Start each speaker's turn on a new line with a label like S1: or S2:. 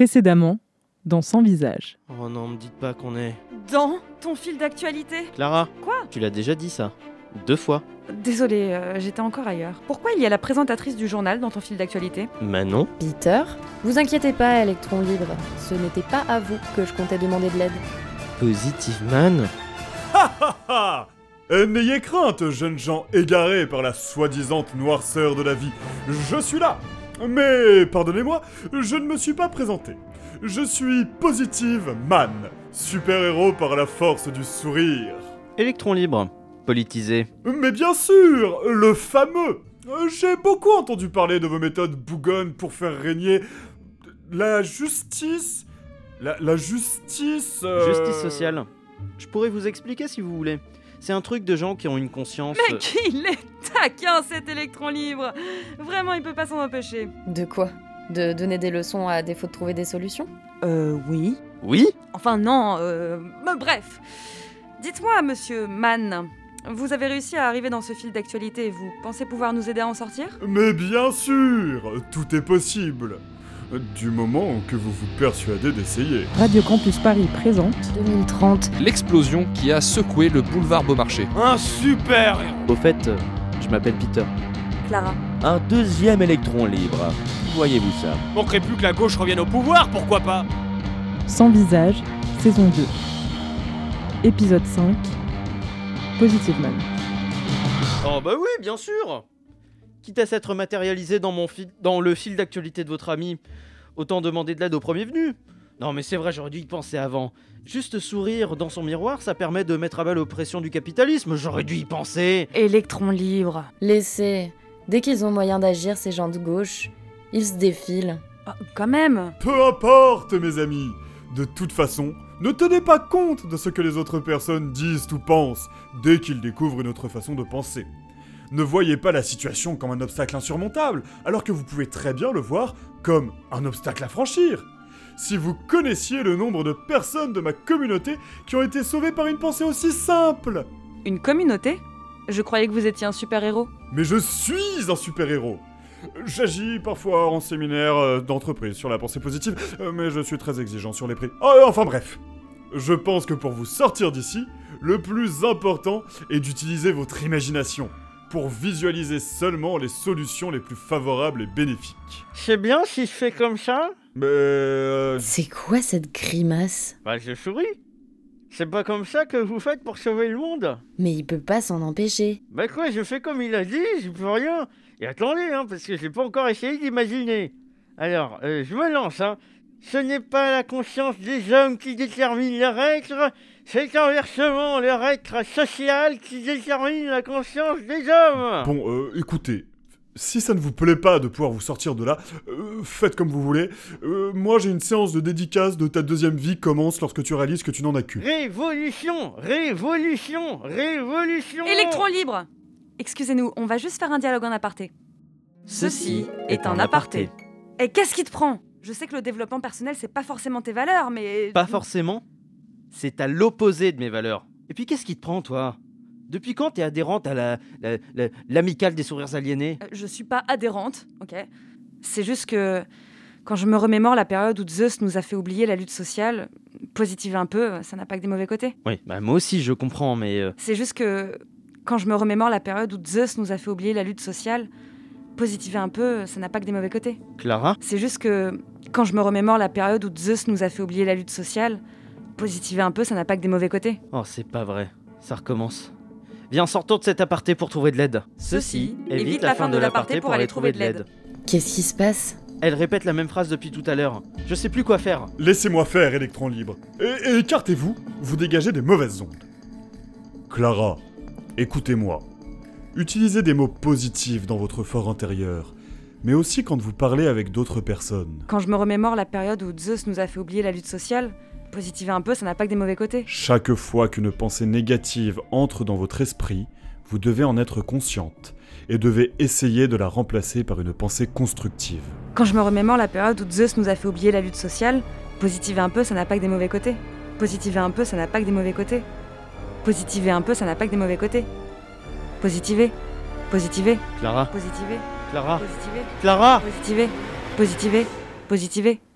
S1: précédemment dans Sans visage.
S2: Oh non, me dites pas qu'on est.
S3: Dans ton fil d'actualité
S2: Clara
S3: Quoi
S2: Tu l'as déjà dit ça. Deux fois.
S3: Désolée, euh, j'étais encore ailleurs. Pourquoi il y a la présentatrice du journal dans ton fil d'actualité
S2: Manon
S4: Peter, vous inquiétez pas, Electron Libre, ce n'était pas à vous que je comptais demander de l'aide.
S2: Positive Man
S5: Ha ha Euh, N'ayez crainte, jeunes gens égarés par la soi-disant noirceur de la vie. Je suis là Mais, pardonnez-moi, je ne me suis pas présenté. Je suis Positive Man, super-héros par la force du sourire.
S2: Électron libre. Politisé.
S5: Mais bien sûr, le fameux Euh, J'ai beaucoup entendu parler de vos méthodes bougonnes pour faire régner la justice... La, la justice... euh,
S2: Justice sociale. Je pourrais vous expliquer si vous voulez. C'est un truc de gens qui ont une conscience. euh,
S3: Mais qu'il est taquin cet électron libre Vraiment, il peut pas s'en empêcher.
S4: De quoi De donner des leçons à défaut de trouver des solutions
S3: Euh, oui.
S2: Oui
S3: Enfin, non, euh. mais Bref. Dites-moi, monsieur Mann, vous avez réussi à arriver dans ce fil d'actualité, vous pensez pouvoir nous aider à en sortir
S5: Mais bien sûr, tout est possible. Du moment que vous vous persuadez d'essayer.
S1: Radio Campus Paris présente
S4: 2030.
S6: L'explosion qui a secoué le boulevard Beaumarchais.
S7: Un super
S8: Au fait, euh, je m'appelle Peter.
S3: Clara.
S8: Un deuxième électron libre. Voyez-vous ça
S7: Manquerait plus que la gauche revienne au pouvoir, pourquoi pas
S1: Sans visage, saison 2. Épisode 5. Positive Man.
S2: Oh bah oui, bien sûr Quitte à s'être matérialisé dans, mon fil- dans le fil d'actualité de votre ami, autant demander de l'aide au premier venu. Non mais c'est vrai, j'aurais dû y penser avant. Juste sourire dans son miroir, ça permet de mettre à bas l'oppression du capitalisme, j'aurais dû y penser
S3: Électron libre.
S4: Laissez. Dès qu'ils ont moyen d'agir, ces gens de gauche, ils se défilent.
S3: Oh, quand même
S5: Peu importe, mes amis. De toute façon, ne tenez pas compte de ce que les autres personnes disent ou pensent dès qu'ils découvrent une autre façon de penser. Ne voyez pas la situation comme un obstacle insurmontable, alors que vous pouvez très bien le voir comme un obstacle à franchir. Si vous connaissiez le nombre de personnes de ma communauté qui ont été sauvées par une pensée aussi simple
S3: Une communauté Je croyais que vous étiez un super-héros.
S5: Mais je suis un super-héros J'agis parfois en séminaire euh, d'entreprise sur la pensée positive, euh, mais je suis très exigeant sur les prix. Ah, euh, enfin bref Je pense que pour vous sortir d'ici, le plus important est d'utiliser votre imagination pour visualiser seulement les solutions les plus favorables et bénéfiques.
S2: C'est bien si je fais comme ça
S5: Mais... euh,
S4: C'est quoi cette grimace
S2: Bah je souris C'est pas comme ça que vous faites pour sauver le monde
S4: Mais il peut pas s'en empêcher.
S2: Bah quoi, je fais comme il a dit, je peux rien. Et attendez, hein, parce que j'ai pas encore essayé d'imaginer. Alors, euh, je me lance, hein. Ce n'est pas la conscience des hommes qui détermine les règles, c'est inversement le règle social qui détermine la conscience des hommes.
S5: Bon, euh, écoutez, si ça ne vous plaît pas de pouvoir vous sortir de là, euh, faites comme vous voulez. Euh, moi, j'ai une séance de dédicace de ta deuxième vie commence lorsque tu réalises que tu n'en as qu'une.
S2: Révolution, révolution, révolution.
S3: Électron libre Excusez-nous, on va juste faire un dialogue en aparté. Ceci est un aparté. Et qu'est-ce qui te prend Je sais que le développement personnel, c'est pas forcément tes valeurs, mais.
S2: Pas forcément. C'est à l'opposé de mes valeurs. Et puis qu'est-ce qui te prend, toi Depuis quand t'es adhérente à la, la- la- l'amicale des sourires aliénés
S3: Euh, Je suis pas adhérente, ok C'est juste que. Quand je me remémore la période où Zeus nous a fait oublier la lutte sociale, positive un peu, ça n'a pas que des mauvais côtés.
S2: Oui, bah moi aussi je comprends, mais euh,
S3: C'est juste que. Quand je me remémore la période où Zeus nous a fait oublier la lutte sociale, positiver un peu, ça n'a pas que des mauvais côtés.
S2: Clara
S3: C'est juste que quand je me remémore la période où Zeus nous a fait oublier la lutte sociale, positiver un peu, ça n'a pas que des mauvais côtés.
S2: Oh, c'est pas vrai. Ça recommence. Viens, sortons de cet aparté pour trouver de l'aide.
S3: Ceci évite la fin de l'aparté pour aller trouver de l'aide.
S4: Qu'est-ce qui se passe
S2: Elle répète la même phrase depuis tout à l'heure. Je sais plus quoi faire.
S5: Laissez-moi faire, électron libre. Et, et écartez-vous, vous dégagez des mauvaises ondes. Clara, écoutez-moi. Utilisez des mots positifs dans votre fort intérieur, mais aussi quand vous parlez avec d'autres personnes.
S3: Quand je me remémore la période où Zeus nous a fait oublier la lutte sociale, positiver un peu, ça n'a pas que des mauvais côtés.
S5: Chaque fois qu'une pensée négative entre dans votre esprit, vous devez en être consciente et devez essayer de la remplacer par une pensée constructive.
S3: Quand je me remémore la période où Zeus nous a fait oublier la lutte sociale, positiver un peu, ça n'a pas que des mauvais côtés. Positiver un peu, ça n'a pas que des mauvais côtés. Positiver un peu, ça n'a pas que des mauvais côtés. Positiver, positiver,
S2: Clara,
S3: positiver,
S2: Clara,
S3: positiver.
S2: Clara
S3: Positiver, positiver, positiver.